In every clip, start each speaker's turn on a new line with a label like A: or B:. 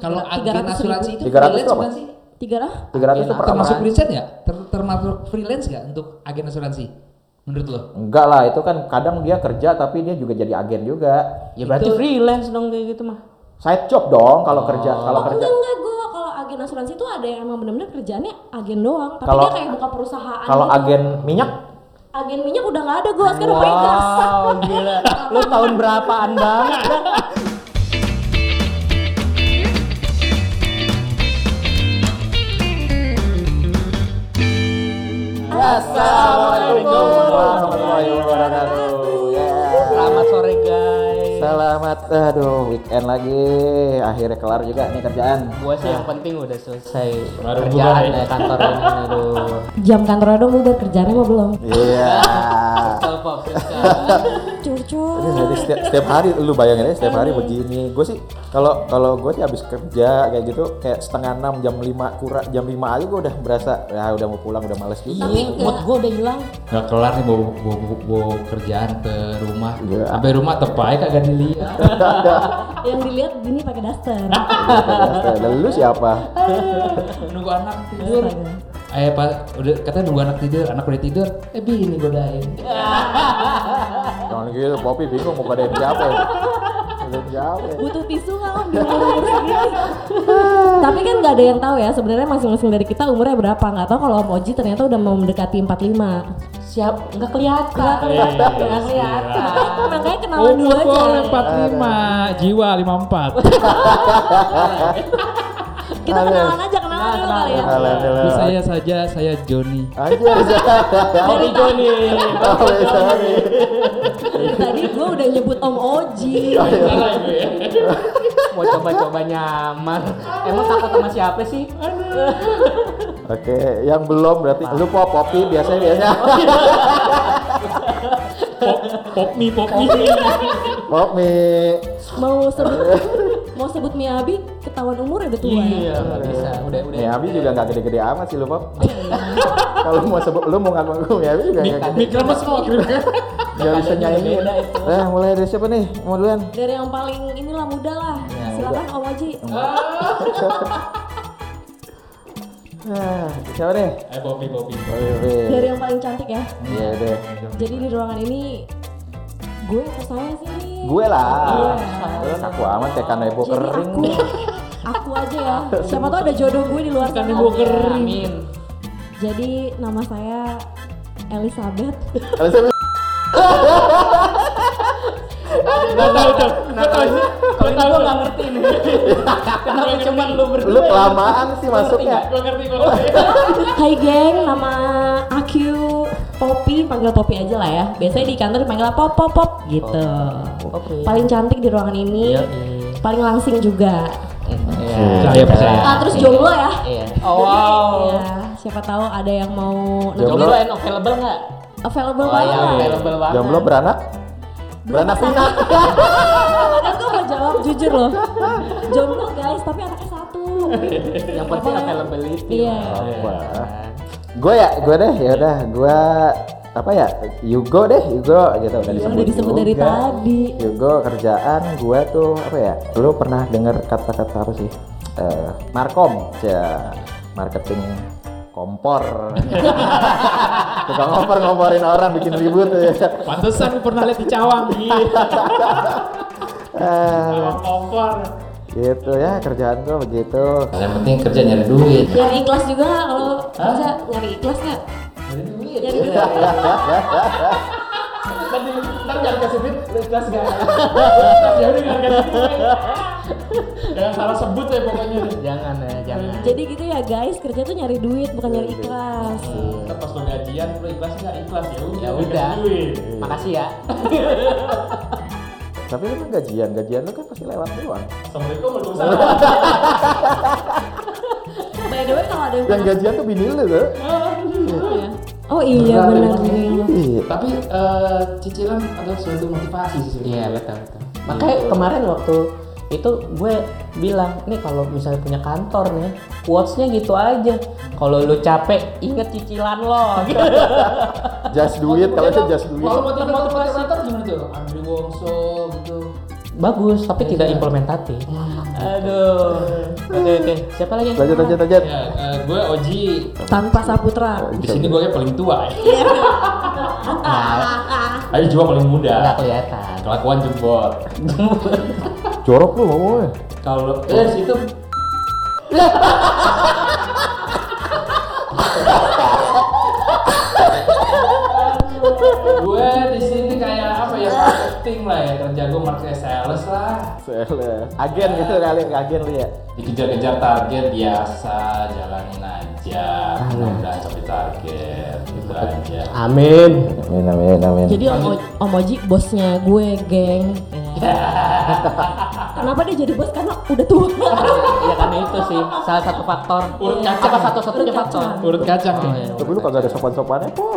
A: Kalau agen
B: 300.000.
A: asuransi itu
C: 300
A: freelance
C: itu apa?
A: bukan sih?
B: tiga lah
D: Iya,
C: 300
A: Agen-
C: tuh per
A: termasuk
C: orang.
A: freelance nggak? Ter- termasuk freelance nggak untuk agen asuransi? Menurut lo?
C: Enggak lah, itu kan kadang dia kerja tapi dia juga jadi agen juga.
D: Ya berarti
A: Itu-
D: freelance dong kayak gitu mah.
C: Side job dong kalau kerja, kalau
B: Oh,
C: kerja.
B: enggak enggak gue kalau agen asuransi itu ada yang emang bener-bener kerjaannya agen doang tapi
C: Kalau-
B: dia kayak buka perusahaan
C: Kalau
B: gitu.
C: agen minyak?
B: agen minyak udah nggak ada gue
D: Kan
B: sekarang pegas
D: gila. Lu tahun berapaan banget? dah.
C: Assalamualaikum warahmatullahi wabarakatuh.
D: Selamat sore guys.
C: Selamat, aduh weekend lagi, akhirnya kelar juga nih kerjaan.
D: Gua sih yang penting udah selesai
E: Nah. Baru
D: kerjaan
E: bubar ya.
D: ya kantor ini aduh.
B: jam kantor dong bubar kerjaannya mau belum
C: Iya.
D: Telepon
B: curcol
C: Jadi setiap, setiap hari lu bayangin aja setiap hari begini. Gue sih kalau kalau gue sih habis kerja kayak gitu kayak setengah enam jam lima kurang jam lima aja gue udah berasa ya udah mau pulang udah males juga.
D: Iya, mood gua udah hilang.
E: Gak kelar nih bawa, bawa, bawa- bawa kerjaan ke rumah
C: Iya.
E: Sampai rumah tepai kagak dilihat
B: yang dilihat gini pakai daster
C: Lalu siapa?
E: Nunggu anak tidur Eh pas udah katanya nunggu anak tidur, anak udah tidur Eh bini godain
C: Jangan gitu, Poppy bingung mau godain siapa ya. Godain siapa ya?
B: butuh tisu nggak lah biar umur segini tapi kan nggak ada yang tahu ya sebenarnya masing-masing dari kita umurnya berapa nggak tahu kalau Om Oji ternyata udah mau mendekati 45
D: Siap, enggak kelihatan.
B: Nggak kelihatan, nggak kelihatan. Makanya
E: Oh,
B: kenalan dulu aja.
E: Umur 45, jiwa 54
B: Kita kenalan aja, kenalan dulu kali ya.
C: Alah, alah.
E: Saya saja, saya Joni
C: Anjir,
B: Dari tadi,
C: sorry, sorry.
B: dari tadi gue udah nyebut Om Oji.
D: Mau coba-coba nyamar. Emang takut sama siapa sih?
C: Oke, yang belum berarti lu pop Poppy biasanya biasanya
E: Pop, pop me, pop me
C: Poppy.
B: Mau sebut mau sebut Miabi ketahuan umur udah tua.
D: Iya, nggak bisa. Udah, udah.
C: Nih, Abi juga nggak gede-gede amat sih lu pop. Kalau mau sebut lu mau ngaku ngaku ya Abi
D: Iya,
C: juga nggak gede.
E: Mikro mas mau
C: Jangan bisa nyanyi.
D: beda itu.
C: Eh, mulai dari siapa nih? Mau duluan?
B: Dari yang paling inilah muda lah. Silakan Om Oji.
C: Ah, siapa nih?
E: Eh Bobby, Bobby
D: Iya.
C: Poppy, Poppy.
B: Dari yang paling cantik ya.
C: Iya deh.
B: Jadi di ruangan ini gue atau saya sih nih.
C: Gue lah. Lu Aku amat kayak kanebo
B: Jadi
C: kering.
B: aku, aku aja ya. Siapa tahu ada jodoh gue di luar sana.
D: Amin.
B: Jadi nama saya Elizabeth.
C: Kalau saya
E: Gak tau, Cok Gak tau
D: Nah, Kalau ini gua nggak ngerti nih. Kenapa cuma lu berdua?
C: lu kelamaan sih masuknya.
E: Gue ngerti, gue ngerti
B: Hai geng, nama aku Poppy, panggil Poppy aja lah ya. Biasanya di kantor dipanggil Pop Pop Pop gitu.
D: Oke.
B: Paling cantik di ruangan ini,
D: Iya.
B: paling langsing juga.
E: Percaya, percaya
B: Ah, terus jomblo ya?
D: Iya. Oh, Iya. wow.
B: Ya, siapa tahu ada yang mau
C: Jomblo.
D: Jomblo and Oh, available nggak?
B: available
D: Oh, iya,
B: banget.
D: available banget.
C: Jomblo beranak? Beranak pinak.
B: Padahal gue mau jawab jujur loh. Jomblo guys, tapi anaknya satu.
D: Yang penting availability.
B: Iya.
C: Wah. Gue ya, gue deh, ya udah, gue apa ya, Yugo deh, Yugo gitu udah
B: Iya,
C: disebut.
B: udah disebut dari
C: juga.
B: tadi.
C: Yugo kerjaan gue tuh apa ya? Lu pernah dengar kata-kata apa sih? Eh, markom, ya marketing kompor. Tukang kompor ngomporin orang bikin ribut. ya.
E: Pantesan gue pernah lihat di Cawang
D: Iya.
C: Eh,
E: Kompor
C: gitu ya kerjaan gue begitu.
E: Yang penting kerja nyari duit
B: Nyari ikhlas juga nggak kalau bisa nyari ikhlas nggak? Nyari duit.
E: Ntar jangan kasih duit, lu ikhlas gak? Ya udah jangan kasih duit Jangan salah sebut ya pokoknya
D: Jangan ya, jangan.
B: Jadi gitu ya guys, kerja tuh nyari duit bukan nyari ikhlas.
E: Ntar pas lo gajian, lu ikhlas gak? Ikhlas ya udah
D: Ya
E: kasih
D: udah.
E: duit.
D: Makasih ya.
C: Tapi lu kan gajian, gajian lu kan pasti lewat doang.
E: Assalamualaikum waalaikumsalam
B: By the way kalau ada yang
C: Yang gajian tuh bini lu tuh.
B: ya. Oh iya benar.
C: Iya.
E: Tapi eh, cicilan adalah suatu motivasi sih
D: Iya,
E: sebenarnya.
D: betul betul. Makanya kemarin waktu itu gue bilang, nih kalau misalnya punya kantor nih, quotes-nya gitu aja. Kalau lu capek, inget cicilan lo.
C: Just do it, Iya, kalau itu just do it.
E: Kalau motivator motivator gimana tuh? Andri Wongso gitu.
D: bagus tapi tidak implementatif. Aduh. Oke oke. Siapa lagi?
C: Lanjut lanjut lanjut.
E: Ya, eh, gue Oji.
B: tanpa saputra.
E: Di sini gue kayak paling tua ya. Ayo juga paling
D: Nggak
E: muda.
D: kelihatan.
E: Kelakuan jebol.
C: Jorok lu ngomongnya.
E: Kalau eh itu gue di sini kayak apa ya marketing lah ya kerja gue marketing sales lah
C: Sele. Agen gitu kali, agen lu ya.
E: dikejar-kejar target biasa jalanin aja mudah-mudahan sampai target gitu aja
D: Amin.
C: Amin amin amin.
B: Jadi Om, Oji- Om Oji bosnya gue, geng. Kenapa dia jadi bos? Karena udah tua.
D: Ya karena itu sih salah satu faktor.
E: Urut kacang.
D: Apa satu-satunya faktor?
E: urut kacang
D: Iya. Oh, iya.
C: Tapi lu kagak ada sopan-sopannya kok.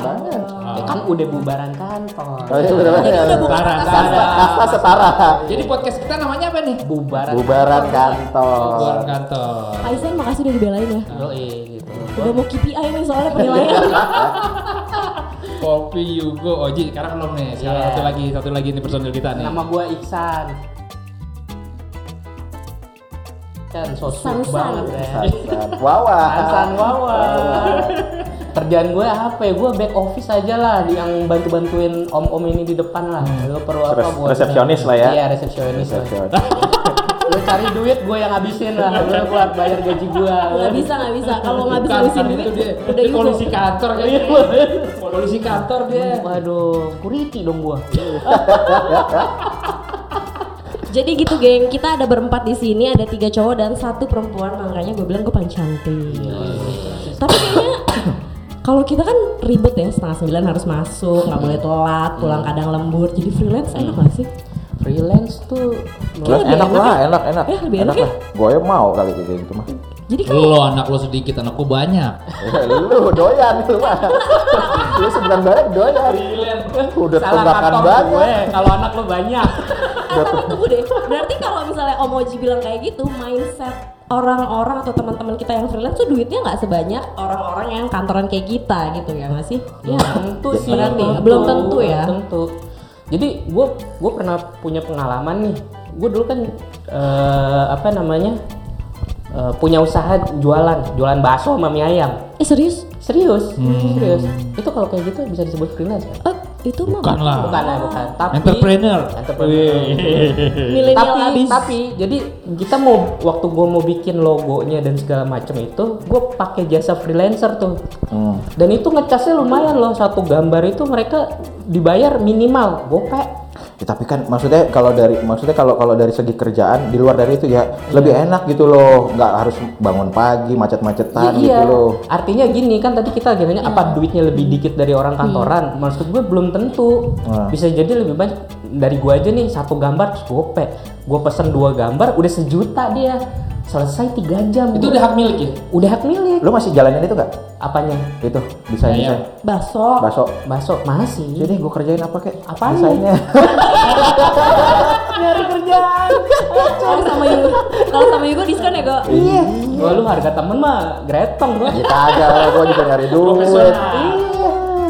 C: Banget.
D: Ya kan udah bubaran kantor.
C: Oh, iya, bener
B: Jadi udah
C: banget.
B: bukan
E: Parah,
B: atas
E: parah.
C: Kasta setara.
E: jadi podcast kita namanya apa nih
D: Bubaran.
C: Bubaran kantor.
E: Bubaran kantor
B: Aisan makasih udah dibelain ya.
D: Yoi, gitu.
B: Udah mau KPI nih soalnya penilaian.
E: kopi Yugo Oji sekarang belum nih sekarang
D: Iya.
E: satu lagi satu lagi ini personil kita nih
D: Nama gua Iksan. Kan
B: San-san.
D: sosok banget ya.
C: San-san. Wawa.
D: San Wawa. Kerjaan gue apa ya? Gue back office aja lah yang bantu-bantuin om-om ini di depan lah. Lo perlu
C: Hmm.
D: apa
C: Res-
D: buat
C: resepsionis lah ya.
D: Iya, resepsionis lah.
C: Sopan.
D: Lo cari duit gue yang habisin lah. Lo buat bayar gaji gue.
B: Nggak bisa, nggak bisa. Kalau nggak bisa
E: Bukan,
B: ngabisin
E: kan
B: duit,
E: itu dia
B: udah
E: Dia
B: gitu.
E: polisi kantor kayaknya polisi kantor dia
D: Waduh, kuriti dong gue.
B: Jadi gitu geng, kita ada berempat di sini, ada tiga cowok dan satu perempuan. Makanya gue bilang gue paling cantik. Tapi kayaknya kalau kita kan ribet ya setengah sembilan harus masuk, nggak boleh telat, pulang
E: Hmm.
B: kadang lembur. Jadi freelance enak gak sih?
D: Freelance tuh
C: Terus
B: lebih
C: Hmm. enak
B: enak
C: lah,
B: ya?
C: enak enak.
B: Eh, lebih enak ya?
C: Gue mau kali gitu itu mah.
B: Jadi kan
A: Lo anak lo sedikit, anak gue banyak.
C: Eh, lu doyan lu mah. Lu sebenarnya banyak doyan. Udah
D: salah
C: tunggakan
D: kantong gue.
C: banyak.
D: Kalau anak lo banyak.
B: tunggu deh. Berarti kalau misalnya Om Oji bilang kayak gitu, mindset orang-orang atau teman-teman kita yang freelance tuh duitnya nggak sebanyak orang-orang yang kantoran kayak kita gitu ya nggak sih? Ya.
D: tentu sih
B: Berarti, belum tentu ya?
D: Belum tentu jadi gue gue pernah punya pengalaman nih gue dulu kan eh, apa namanya eh, punya usaha jualan jualan bakso sama mie ayam
B: Eh serius?
D: serius serius itu kalau kayak gitu bisa disebut freelance ya?
B: Eh itu mah
A: Bukan lah.
D: bukan lah bukan tapi
A: Entrepreneur.
D: entrepreneur.
B: milenial
D: tapi
B: abis.
D: tapi jadi kita mau waktu gue mau bikin logonya dan segala macam itu gue pakai jasa freelancer tuh
C: Hmm.
D: dan itu ngecasnya lumayan loh satu gambar itu mereka dibayar minimal gopek
C: Ya, tapi kan maksudnya kalau dari maksudnya kalau kalau dari segi kerjaan di luar dari itu ya lebih
B: Iya.
C: enak gitu loh nggak harus bangun pagi
B: Iya,
C: macet-macetan gitu
D: Ya
C: loh
D: artinya gini kan tadi kita akhirnya apa duitnya lebih dikit dari orang kantoran maksud gue belum tentu
C: Hmm.
D: bisa jadi lebih banyak dari gue aja nih satu gambar terus gopek gue pesen dua gambar udah sejuta dia selesai tiga jam
E: itu udah hak milik ya
D: udah hak milik
C: lu masih jalanin itu nggak
D: apanya
C: itu desain
E: Iya.
C: desain
B: Baso.
C: baso
D: masuk masih
C: jadi gue kerjain apa kek
D: Apaan?
C: desainnya
D: nyari kerjaan
B: Kalau sama Yugo, kalau sama Yugo diskon ya, Go.
C: iya
D: Wah, lu harga temen mah gretong gua.
C: ya kagak gue juga nyari duit
E: Profesional.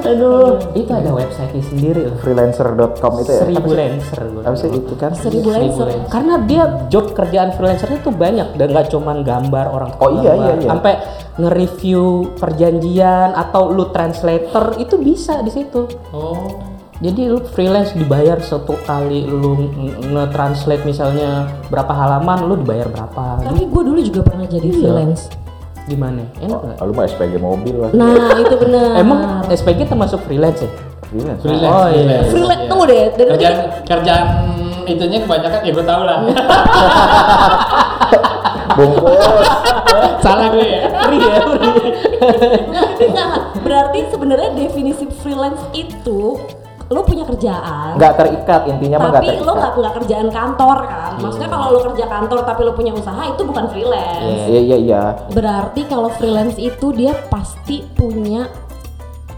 D: aduh itu ada website sendiri loh
C: freelancer.com itu ya
D: seribu lancer gua.
C: apa sih itu kan
B: Seribu
D: Freelancer.
B: lancer.
D: Karena dia job kerjaan freelancernya tuh banyak dan nggak cuman gambar orang tua
C: Oh, iya,
D: gambar.
C: iya, iya.
D: sampai nge-review perjanjian atau lu translator itu bisa di situ.
E: oh
D: Jadi lu freelance dibayar satu kali lu nge- nge-translate misalnya berapa halaman lu dibayar berapa.
B: Tapi gue dulu juga pernah jadi freelance.
D: Gimana? Enak nggak? Nah,
C: Ah, lu mah SPG mobil lah
B: Nah itu benar.
D: Oh. Emang SPG termasuk freelance ya?
C: freelance
E: freelance
D: Oh, iya.
E: freelance.
B: freelance
E: Iya.
B: tunggu deh. Dari tadi
E: kerjaan kerjaan itunya kebanyakan ya gue tau lah
C: bungkus
E: salah gue ya
D: Ri ya, ri.
B: Nggak, berarti sebenarnya definisi freelance itu lo punya kerjaan
C: nggak terikat intinya mah nggak
B: tapi lo
C: terikat
B: nggak nggak kerjaan kantor kan maksudnya kalau lo kerja kantor tapi lo punya usaha itu bukan freelance
C: iya iya iya
B: berarti kalau freelance itu dia pasti punya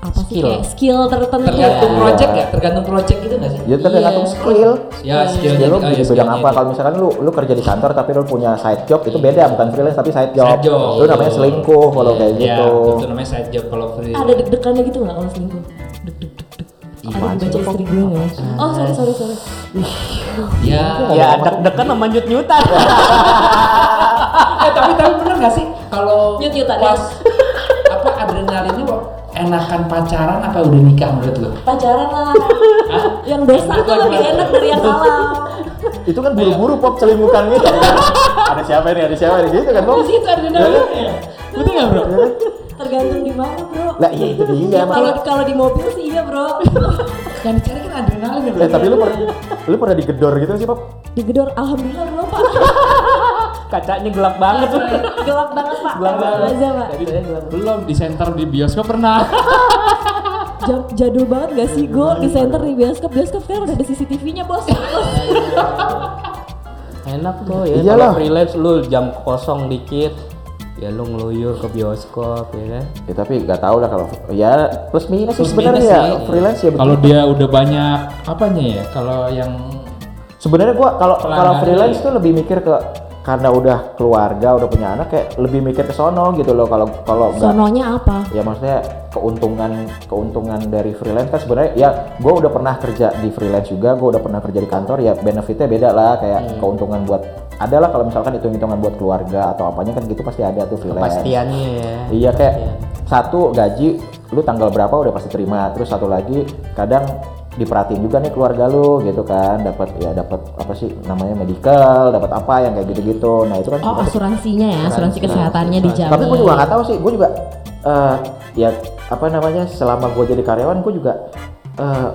B: apa sih
D: Skill.
B: kayak skill tertentu
E: tergantung
C: Iya.
E: project ya tergantung project gitu nggak sih
C: ya tergantung
D: Iya.
C: skill
E: ya skillnya
C: Ya lu
E: oh,
C: di
E: skillnya
C: bidang apa?
E: itu.
C: Kalau misalkan lu lu kerja di kantor tapi lu punya side job itu beda bukan freelance tapi side job.
E: Side job.
C: Iya, Lu namanya selingkuh kalau kayak
E: ya
C: gitu.
E: itu namanya side job kalau free
B: ada deg-degannya gitu nggak kalau selingkuh Ada
E: Iya,
C: Apaan
B: dibaca
C: sih?
B: istri gue nggak? Oh sorry sorry sorry.
E: Iya.
A: Ya.
D: Ya deg-degan sama nyut-nyutan.
A: eh tapi tapi bener gak sih kalau
B: Nyut-nyutan ya.
A: pas apa adrenalinnya wak- enakan pacaran apa udah nikah menurut lo?
B: Pacaran lah. yang dosa tuh lebih enak dari yang halal.
C: Itu kan buru-buru pop celimukan gitu. ada siapa ini? Ada siapa ini? Gitu kan pop.
A: Itu adrenalinnya. ya? Betul nggak bro?
B: Tergantung di mana bro.
C: Lah iya itu dia.
B: Ya, kalau
C: makanya.
B: kalau di mobil sih iya bro.
A: Yang dicari kan adrenalin ya bro.
C: Eh tapi lu pernah lu pernah digedor gitu sih pop?
B: Digedor alhamdulillah bro pak.
D: Kacanya gelap banget.
B: Gelap banget pak.
D: Gelap banget.
B: Aja, pak.
E: Jadi, belum di center di bioskop pernah.
B: Jam- jadul banget gak sih gue di center di bioskop bioskop kan udah ada CCTV-nya bos.
D: Enak tuh ya.
C: Iyalah.
D: Kalau freelance lu jam kosong dikit, ya lu ngeluyur ke bioskop ya kan.
C: Ya tapi nggak tahu lah kalau ya plus minus sih
A: Plus
C: sebenarnya
A: minus
C: ya
A: sih, iya.
C: freelance ya. betul.
E: Kalau dia udah banyak apanya ya? Kalau yang
C: Sebenarnya gua kalau kalau
E: Pelanggan
C: freelance
E: iya.
C: tuh lebih mikir ke karena udah keluarga udah punya anak kayak lebih mikir ke sono gitu loh kalau kalau nggak
B: Sononya apa?
C: ya maksudnya keuntungan keuntungan dari freelance kan sebenarnya ya gue udah pernah kerja di freelance juga gue udah pernah kerja di kantor ya benefitnya beda lah kayak keuntungan buat ada lah kalau misalkan hitung hitungan buat keluarga atau apanya kan gitu pasti ada tuh freelance
D: Kepastiannya ya.
C: iya kayak satu gaji lu tanggal berapa udah pasti terima terus satu lagi kadang diperhatiin juga nih keluarga lu gitu kan dapat ya dapat apa sih namanya medical dapat apa yang kayak gitu-gitu nah itu kan
B: Oh
C: sebenarnya-
B: asuransinya ya, asuransi kesehatannya dijamin.
C: tapi gue juga nggak tahu sih gue juga eh, ya apa namanya selama gue jadi karyawan gue juga eh,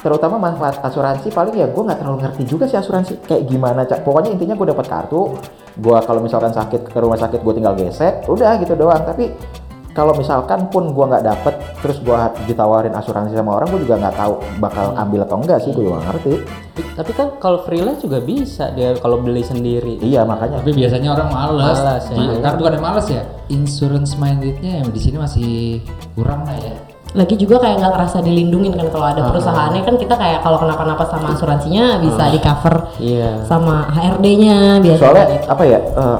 C: terutama manfaat asuransi paling ya gue nggak terlalu ngerti juga sih asuransi kayak gimana cak pokoknya intinya gue dapat kartu gue kalau misalkan sakit ke rumah sakit gue tinggal gesek udah gitu doang tapi kalau misalkan pun gue nggak dapet terus gue ditawarin asuransi sama orang gue juga nggak tahu bakal ambil atau enggak sih gue juga nggak ngerti
D: Tapi, tapi kan kalau freelance juga bisa dia kalau beli sendiri.
C: iya makanya
A: Tapi biasanya orang males.
D: Malas, ya.
A: Ma- Kan bukan males ya. Insurance mindednya yang di sini masih kurang lah ya.
B: lagi juga kayak nggak ngerasa dilindungin kan kalau ada perusahaannya kan kita kayak kalau kenapa-napa sama asuransinya bisa di cover
D: Iya.
B: sama HRD-nya biasanya gitu.
C: soalnya apa ya eh,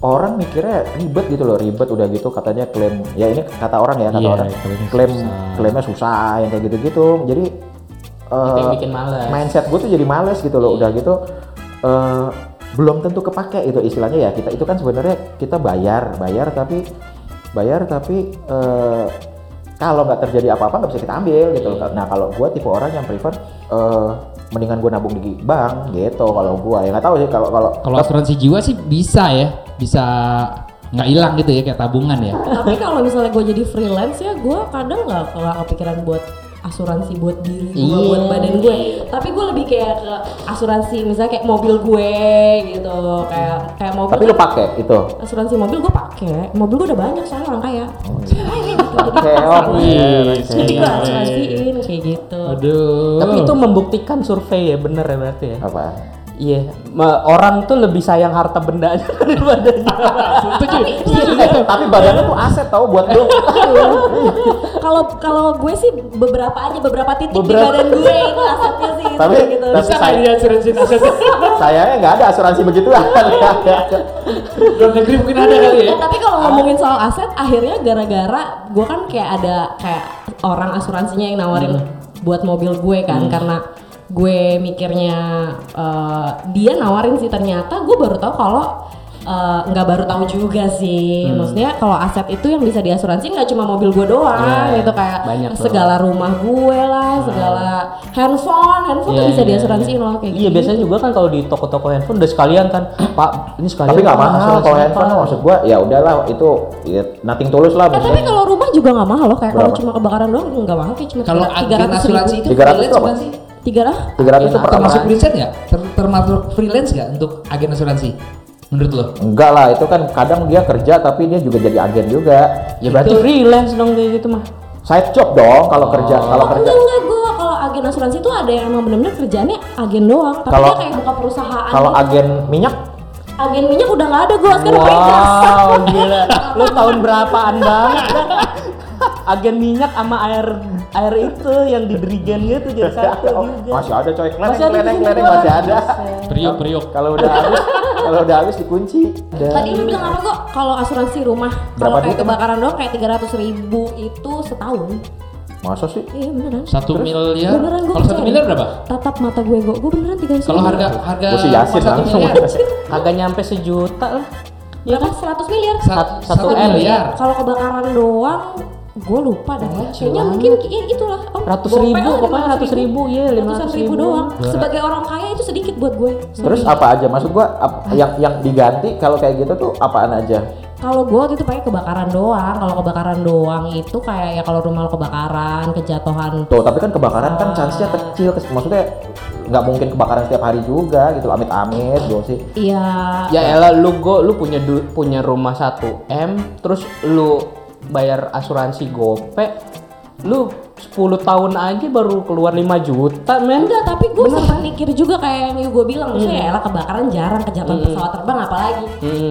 C: orang mikirnya ribet gitu loh ribet udah gitu katanya klaim ya ini kata orang ya kata
E: Iya,
C: orang
E: klaimnya
C: klaim
E: susah.
C: klaimnya susah yang kayak gitu gitu jadi eh,
D: Itu yang bikin males. Iya.
C: mindset gue tuh jadi males gitu loh udah gitu eh, belum tentu kepake itu istilahnya ya kita itu kan sebenarnya kita bayar bayar tapi bayar tapi eh, kalau nggak terjadi apa-apa nggak bisa kita ambil gitu
D: Iya.
C: loh. Nah kalau gue tipe orang yang prefer eh, mendingan gue nabung di bank gitu kalau gue ya nggak tahu sih kalau kalau
A: Kalau asuransi jiwa sih bisa ya, bisa nggak hilang gitu ya kayak tabungan ya.
B: tapi kalau misalnya gue jadi freelance ya gue kadang nggak nggak kepikiran buat asuransi buat diri gue
D: Iya.
B: buat badan gue tapi gue lebih kayak ke asuransi misalnya kayak mobil gue gitu kayak kayak mobil
C: Tapi lu pakai itu.
B: asuransi mobil gue pakai mobil gue udah banyak soalnya orang kaya
C: Oh, iya.
B: gitu.
C: Keok. iya,
B: jadi gue asuransiin kayak gitu
A: Aduh.
D: Tapi itu membuktikan survei ya bener ya berarti ya.
C: Apa?
D: Iya, ma- orang tuh lebih sayang harta benda daripada
C: Iya, Tapi badannya tuh aset tau buat lu.
B: kalau kalau gue sih beberapa aja beberapa titik di
C: Beberapa.
B: badan gue itu asetnya sih itu
C: Tapi-
B: gitu.
C: tapi
B: Bisa
C: saya-
B: kayak
A: asuransi
C: Sayangnya nggak ada asuransi begituan. iya,
A: luar negeri mungkin ada kali
D: ya.
A: ya.
B: Eh, tapi kalau ngomongin soal aset akhirnya gara-gara gue kan kayak ada kayak orang asuransinya yang nawarin
D: Iya.
B: buat mobil gue kan
D: Hmm.
B: karena gue mikirnya eh, dia nawarin sih ternyata gue baru tahu kalau eh, nggak baru tahu juga sih
D: Hmm.
B: maksudnya kalau aset itu yang bisa diasuransi nggak cuma mobil gue doang
D: Iya,
B: gitu kayak
D: banyak loh.
B: segala rumah gue lah segala handphone handphone tuh
D: Iya,
B: bisa
D: iya,
B: diasuransiin loh kayak
D: Iya,
B: gitu.
D: biasanya juga kan kalau di toko-toko handphone udah sekalian kan, Pak, ini sekalian.
C: Tapi nggak
D: Pak,
C: mahal
D: asuransi
C: kalau
D: Pak."
C: handphone maksud gua ya udahlah itu ya, nothing tulus lah
B: Eh, tapi
A: Oh.
C: maksudnya.
B: kalau rumah juga nggak mahal loh kayak kalau
C: Berapa?
B: cuma kebakaran doang nggak mahal kayak cuma
A: Kalau agen asuransi itu
C: 300
A: freelance
C: apa?
A: bukan sih?
B: tiga lah
C: Tiga ratus itu per
A: termasuk
C: orang.
A: freelance nggak? Ter- termasuk freelance nggak untuk agen asuransi? Menurut lo?
C: Enggak lah, itu kan kadang dia kerja tapi dia juga jadi agen juga.
D: Ya berarti freelance dong kayak gitu mah.
C: Side job dong kalau kerja, kalau
B: Oh,
C: kerja.
B: enggak enggak gue kalau agen asuransi itu ada yang emang benar-benar kerjaannya agen doang tapi
C: Kalau-
B: dia kayak buka perusahaan
C: Kalau
B: gitu.
C: agen minyak,
B: agen minyak udah nggak ada gue sekarang freelance
D: Wow, gila. Lu tahun berapaan banget? Agen minyak sama air air itu yang di dirigen gitu jadi satu
C: Oh,
D: juga.
C: masih ada coy, klereng,
D: Masih ada di
C: klereng,
D: sini
C: klereng,
D: doang.
C: masih ada.
E: priok priok.
C: Kalau udah habis, kalau udah habis dikunci. Dan-
B: tadi lu bilang apa kok kalau asuransi rumah
C: Berapa
B: kalau kayak
C: duit emang?
B: kebakaran doang kayak tiga ratus ribu itu setahun
C: Masa sih?
B: Iya beneran.
A: Satu miliar.
B: Beneran
A: Ya.
B: gue
A: Kalau satu miliar berapa?
B: Tatap mata gue gue, gue beneran tiga
A: Kalau harga harga
C: Gua sih yasin
A: satu
C: langsung.
A: miliar.
B: iya.
D: Kagak nyampe sejuta lah.
B: berapa? 100 miliar.
A: Sat-
D: Satu ya?
A: Satu
C: ya?
D: M,
A: miliar.
B: Kalau kebakaran doang, gue lupa dah.
A: Oh,
B: Kayaknya
A: cuman.
B: mungkin i- itulah. Oh,
D: Ratus
B: gopeng
D: Iya, ribu,
B: lah,
D: pokoknya ratus ribu, iya, lima
B: Ratusan
D: ratus
B: ribu
D: ribu. Iya.
B: doang. Sebagai orang kaya itu sedikit buat gue.
C: Terus apa aja? Maksud gua ap- yang yang diganti kalau kayak gitu tuh apaan aja?
B: Kalau gue waktu itu pakai kebakaran doang. Kalau kebakaran doang itu kayak ya kalau rumah lo kebakaran, kejatuhan.
C: Tuh, tapi kan kebakaran kan chance-nya kecil. Kes- Maksudnya nggak mungkin kebakaran setiap hari juga gitu. Amit-amit gua sih.
B: Iya.
D: Ya elah lu go, lu punya du- punya rumah 1 M, terus lu bayar asuransi gope, lu 10 tahun aja baru keluar 5 juta men.
B: Enggak, tapi gue sempat mikir juga kayak yang gue bilang, maksudnya ya elah kebakaran jarang kejatuhan pesawat terbang apalagi.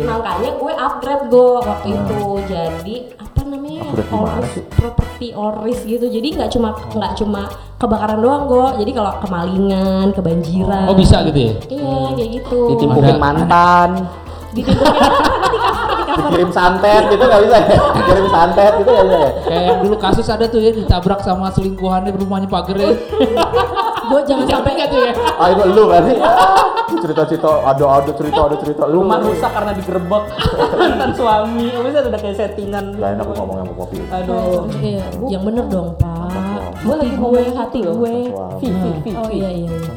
B: Makanya gue upgrade gue waktu itu jadi apa namanya? ya,
C: Upgrade gimana
B: oris,
C: sih?
B: properti oris gitu. Jadi nggak cuma nggak cuma kebakaran doang gue. Jadi kalau kemalingan, kebanjiran.
A: Oh bisa gitu ya?
B: Iya, kayak gitu.
D: Ditimpukin
A: Ada-
D: mantan.
B: Ditimpukin nanti cover, di cover.
C: Kirim santet gitu nggak bisa ya? Kirim santet gitu nggak bisa ya?
A: Kayak yang dulu kasus ada tuh ya ditabrak sama selingkuhannya rumahnya ya. pagernya.
B: Gue jangan sampai
A: Sampai tuh ya.
C: Ah itu lu berarti Ah, cerita-cerita ada ada cerita ada cerita lu
D: Rumah rusak karena digerebek mantan suami. Bisa udah kayak settingan.
C: Gak enak gua ngomong sama kopi.
D: Aduh.
B: Iya, yang bener dong pak.
C: Mantap,
B: Gue lagi gue hati gue.
C: Wow.
D: Vi, vi, vi,
B: Oh
D: vi.
B: iya iya. iya.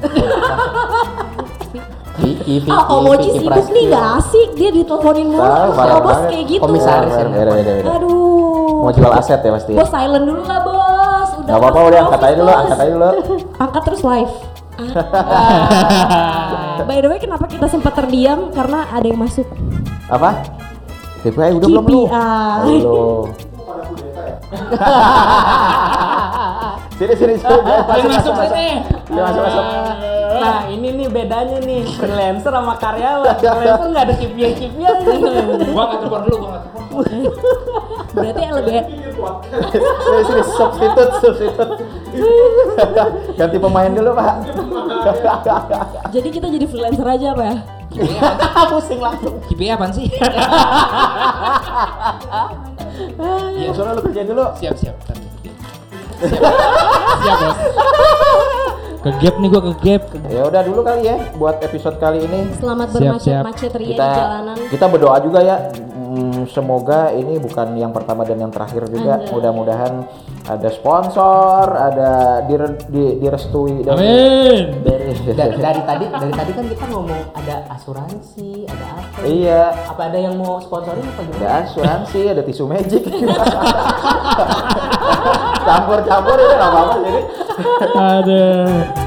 D: Vicky, Vicky,
B: Ah, Omochi
D: Vicky
B: sibuk
D: Prasetyo.
B: nih gak asik dia diteleponin mulu
C: Tahu
B: sama
C: parah
B: bos
C: banget.
B: kayak gitu.
D: Komisaris ya,
C: Beda, beda, beda.
B: Aduh.
C: Mau jual aset ya pasti.
B: Bos silent dulu lah bos. Udah.
C: Gak apa-apa
B: bos,
C: udah
B: bos,
C: angkat aja dulu,
B: bos.
C: angkat aja dulu.
B: Angkat terus live. Ah. By the way kenapa kita sempat terdiam karena ada yang masuk.
C: Apa? KPI udah belum lu?
B: KPI.
C: Belum. Sini sini sini.
A: Masuk masuk sini.
C: Dia masuk masuk.
D: Nah ini nih bedanya nih freelancer sama karyawan. Freelancer nggak ada kipian-kipian.
A: Gua nggak telepon dulu, gua nggak telepon.
B: Berarti yang lebih
C: Sini sini substitute substitute. Ganti pemain dulu pak.
B: jadi kita jadi freelancer aja apa ya?
D: Pusing langsung.
A: KPI apaan sih?
C: Ya soalnya lu kerja dulu.
A: siap siap. Ntar gua kerjain. Siap. Siap bos. Kegap nih gua kegap.
C: Ya udah dulu kali ya buat episode kali ini.
B: Selamat
A: Siap, siap.
B: bermacet-macet ria di
C: kita
B: Iya, jalanan.
C: kita berdoa juga ya Mm, semoga ini bukan yang pertama dan yang terakhir juga
B: Anjay.
C: mudah-mudahan ada sponsor ada dire- di- direstui dari
A: Amin.
C: dari,
D: Dari, dari tadi dari tadi kan kita ngomong ada asuransi, ada apa?
C: iya
D: Apa ada yang mau sponsorin apa gimana?
C: ada asuransi ada tisu magic campur-campur ya nggak apa-apa jadi
A: Ada.